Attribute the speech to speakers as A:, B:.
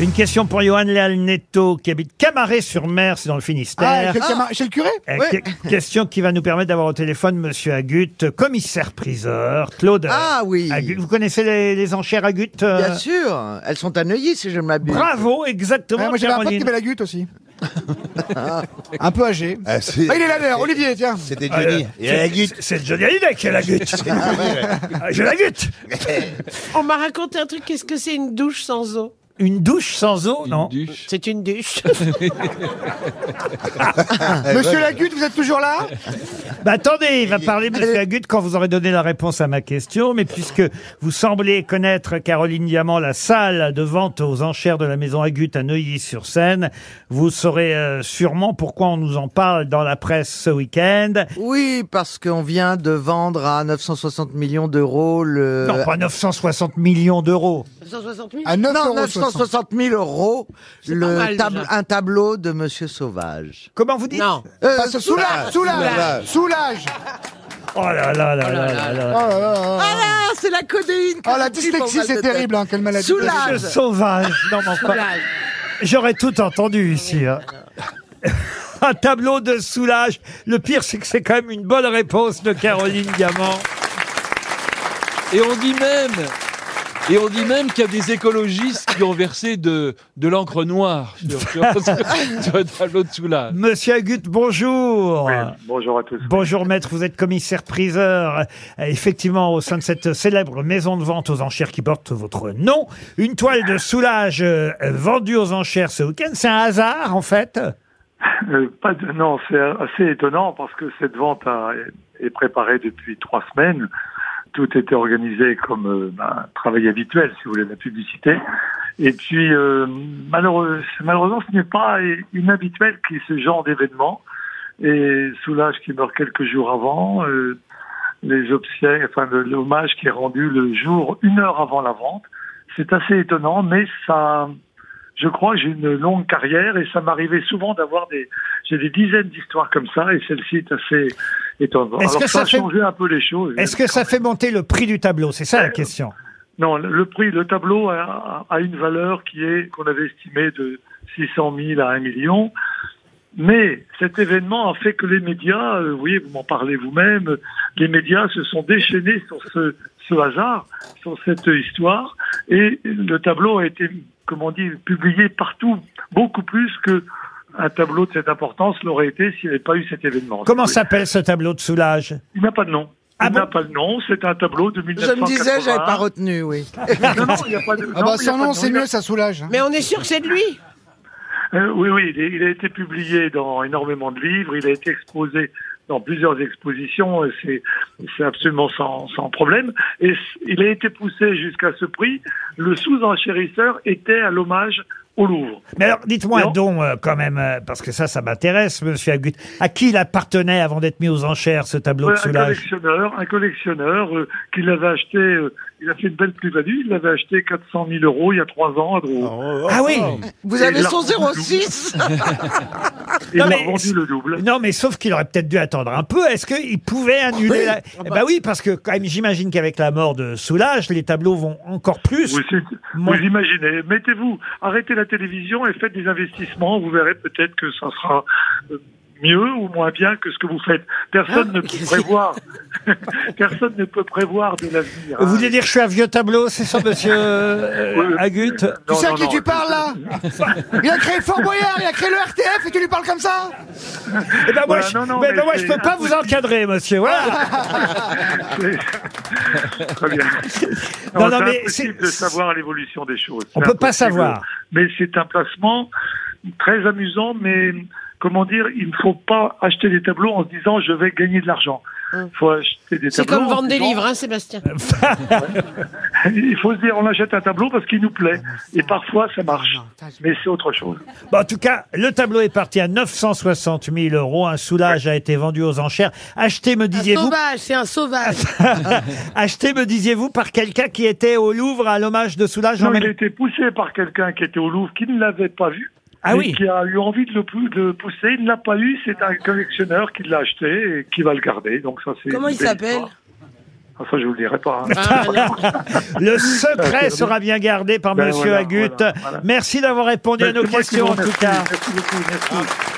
A: Une question pour Johan Leal Netto, qui habite Camaret-sur-Mer, c'est dans le
B: Ah,
A: Finistère.
B: c'est le, camar- c'est le curé
C: Eh,
A: Euh, que- question qui va nous permettre d'avoir au téléphone Monsieur Agut, commissaire-priseur, Claude
C: Ah oui.
A: Agut. Vous connaissez les, les enchères Agut euh,
C: Bien sûr, elles sont à Neuilly si je ne m'abuse.
A: Bravo,
B: Ouais,
A: exactement,
B: Moi, j'avais un pote qui
A: Caroline.
B: avait la gutte aussi. un peu âgé.
D: Ah,
C: Eh.
D: c'est-
B: Ah, il est là d'ailleurs, Olivier, tiens.
D: C'était
A: Ah,
D: Johnny.
A: euh,
D: Il a la
A: c'est-
D: guite.
A: c'est- C'est Johnny Hallyday qui a la gutte. Ah, J'ai la gutte.
E: On m'a raconté un truc, qu'est-ce que c'est une douche sans eau
A: Une douche sans eau, non
E: C'est une douche.
C: Eh,
B: Monsieur Lagutte, vous êtes toujours là
A: Bah attendez, il va parler Monsieur Agut quand vous aurez donné la réponse à ma question, mais puisque vous semblez connaître Caroline Diamant, la salle de vente aux enchères de la maison Agut à Neuilly-sur-Seine, vous saurez euh, sûrement pourquoi on nous en parle dans la presse ce week-end.
C: Oui, parce qu'on vient de vendre à 960 millions d'euros le.
A: Non, pas 960 millions d'euros.
E: 160 000
B: À 9
C: Non,
B: euros
C: 960 000 euros le
E: pas mal,
C: tab-
E: déjà.
C: un tableau de Monsieur Sauvage.
A: Comment vous dites
E: Non.
C: Euh,
B: Passe- soulage, soulage, soulage.
A: Oh là là là là là là.
B: Oh là là.
C: Ah là, c'est la codéine.
B: Oh, la
C: qui me tue pour
B: dyslexie,
C: mal de
B: c'est
C: tête.
B: terrible, hein, quelle maladie.
C: Soulage.
A: Monsieur Sauvage, non, mais enfin, J'aurais tout entendu ici. hein. Un tableau de soulage. Le pire, c'est que c'est quand même une bonne réponse de Caroline Diamant.
F: Et on dit même, et on dit même qu'il y a des écologistes qui ont versé de, de l'encre noire sur, sur, sur le tableau de soulage.
A: Monsieur Agut, bonjour.
G: Bonjour à tous.
A: Bonjour maître, vous êtes commissaire-priseur. Euh, Effectivement, au sein de cette célèbre maison de vente aux enchères qui porte votre nom, une toile de soulage euh, vendue aux enchères ce week-end, c'est un hasard en fait
G: Euh, pas de, non, c'est assez étonnant parce que cette vente a- est préparée depuis trois semaines. Tout était organisé comme euh, un travail habituel, si vous voulez, de la publicité. Et puis, euh, malheureux- malheureusement, ce n'est pas inhabituel qu'il y ait ce genre d'événement. Et Soulage qui meurt quelques jours avant, euh, les obsèques, enfin le- l'hommage qui est rendu le jour, une heure avant la vente, c'est assez étonnant, mais ça, je crois que j'ai une longue carrière et ça m'arrivait souvent d'avoir des, j'ai des dizaines d'histoires comme ça et celle-ci est assez étonnante.
A: Est-ce
G: Alors
A: que
G: ça,
A: ça
G: a
A: fait-
G: changé un peu les choses.
A: Est-ce que ça fait monter le prix du tableau C'est
G: Euh,
A: ça la question.
G: Non, le- le prix, le tableau a, a une valeur qui est qu'on avait estimée de 600 000 à 1 million. Mais cet événement a fait que les médias, euh, vous voyez, vous m'en parlez vous-même, les médias se sont déchaînés sur ce, ce hasard, sur cette histoire, et le tableau a été, comment on dit, publié partout, beaucoup plus que un tableau de cette importance l'aurait été s'il n'y avait pas eu cet événement.
A: Comment
G: Donc,
A: s'appelle ce tableau de soulage
G: Il n'a pas de nom.
A: Ah
G: il
A: bon
G: n'a pas de nom, c'est un tableau de
C: Je me
G: 1980.
C: disais, j'avais pas retenu, oui.
G: Non, non, il n'y a pas de
B: Ah
G: non,
B: bah,
G: il n'y
B: sans
G: a pas de
B: nom, c'est
G: il n'y a
B: mieux, ça soulage. hein.
E: Mais on est sûr que c'est de lui
G: Euh, oui, oui, il, est- il a été publié dans énormément de livres, il a été exposé dans plusieurs expositions, euh, c'est c'est absolument sans, sans problème. Et c- il a été poussé jusqu'à ce prix. Le sous-enchérisseur était à l'hommage au Louvre.
A: Mais alors, dites-moi
G: Non.
A: donc, euh, quand même, euh, parce que ça, ça m'intéresse, monsieur Agut. À qui il appartenait avant d'être mis aux enchères, ce tableau de
G: Un
A: soulage
G: collectionneur, un collectionneur euh, qui l'avait acheté, euh, il a fait une belle plus-value, il l'avait acheté 400 000 euros il y a trois ans à Drouot.
A: Ah oui
G: Oh.
C: Vous avez
G: là-
C: son 06
G: Et il
A: Non,
G: a
A: mais c'est-
G: vendu le double.
A: Non, mais sauf qu'il aurait peut-être dû attendre un peu. Est-ce qu'il pouvait annuler la... Eh ben oui, parce que quand même, j'imagine qu'avec la mort de Soulage, les tableaux vont encore plus.
G: Vous, c'est-
A: Mon-
G: vous imaginez, mettez-vous, arrêtez la télévision et faites des investissements, vous verrez peut-être que ça sera euh, mieux ou moins bien que ce que vous faites. Personne
A: Ah,
G: ne peut prévoir. Personne ne peut prévoir de l'avenir.
A: Vous
G: hein.
A: voulez dire que je suis un vieux tableau, c'est ça, monsieur
G: Oui,
A: euh,
G: oui.
A: Agut
B: Tu
G: Non,
B: sais à
G: non,
B: qui
G: non,
B: tu parles là Il a créé Fort Boyard, il a créé le RTF et tu lui parles comme ça
A: Eh ben moi,
G: Voilà,
A: je,
G: non, non,
A: mais
G: mais
A: ben moi,
G: c'est
A: je peux pas vous encadrer, monsieur. Voilà.
G: c'est- Très bien.
A: Non, non, mais
G: c'est impossible
A: c'est-
G: de savoir l'évolution des choses.
A: On
G: C'est
A: peut pas
G: impossible.
A: savoir.
G: Mais c'est un placement très amusant, mais comment dire, il ne faut pas acheter des tableaux en se disant je vais gagner de l'argent.
A: Hum.
G: Il faut acheter des
E: C'est
G: tableaux.
E: comme
G: en se
E: vendre des
G: disant,
E: livres, hein, Sébastien
G: Il faut se dire, on achète un tableau parce qu'il nous plaît. Et parfois, ça
E: Ah,
G: marche. Mais c'est autre chose.
A: Bon, en tout cas, le tableau est parti à 960 000 euros. Un soulage a été vendu aux enchères. Acheté, me
E: Un
A: disiez-vous,
E: sauvage, c'est un sauvage.
A: acheté, me disiez-vous, par quelqu'un qui était au Louvre à l'hommage de soulage. en
G: Non,
A: même-
G: il a été poussé par quelqu'un qui était au Louvre, qui ne l'avait pas vu.
A: Ah
G: et
A: oui.
G: qui a eu envie de le, pou- de le pousser. Il ne l'a pas eu. C'est un collectionneur qui l'a acheté et qui va le garder. Donc ça, c'est
H: Comment
G: une
H: il
G: belle
H: s'appelle
G: histoire. Enfin, ça, je vous le dirai pas. hein.
A: Le secret sera bien gardé par
G: Ben
A: Monsieur
G: voilà,
A: Agut.
G: voilà, voilà.
A: Merci d'avoir répondu à nos
G: Bah, C'est moi qui
A: questions,
G: vous
A: en tout
G: remercie.
A: cas.
G: Merci beaucoup, merci.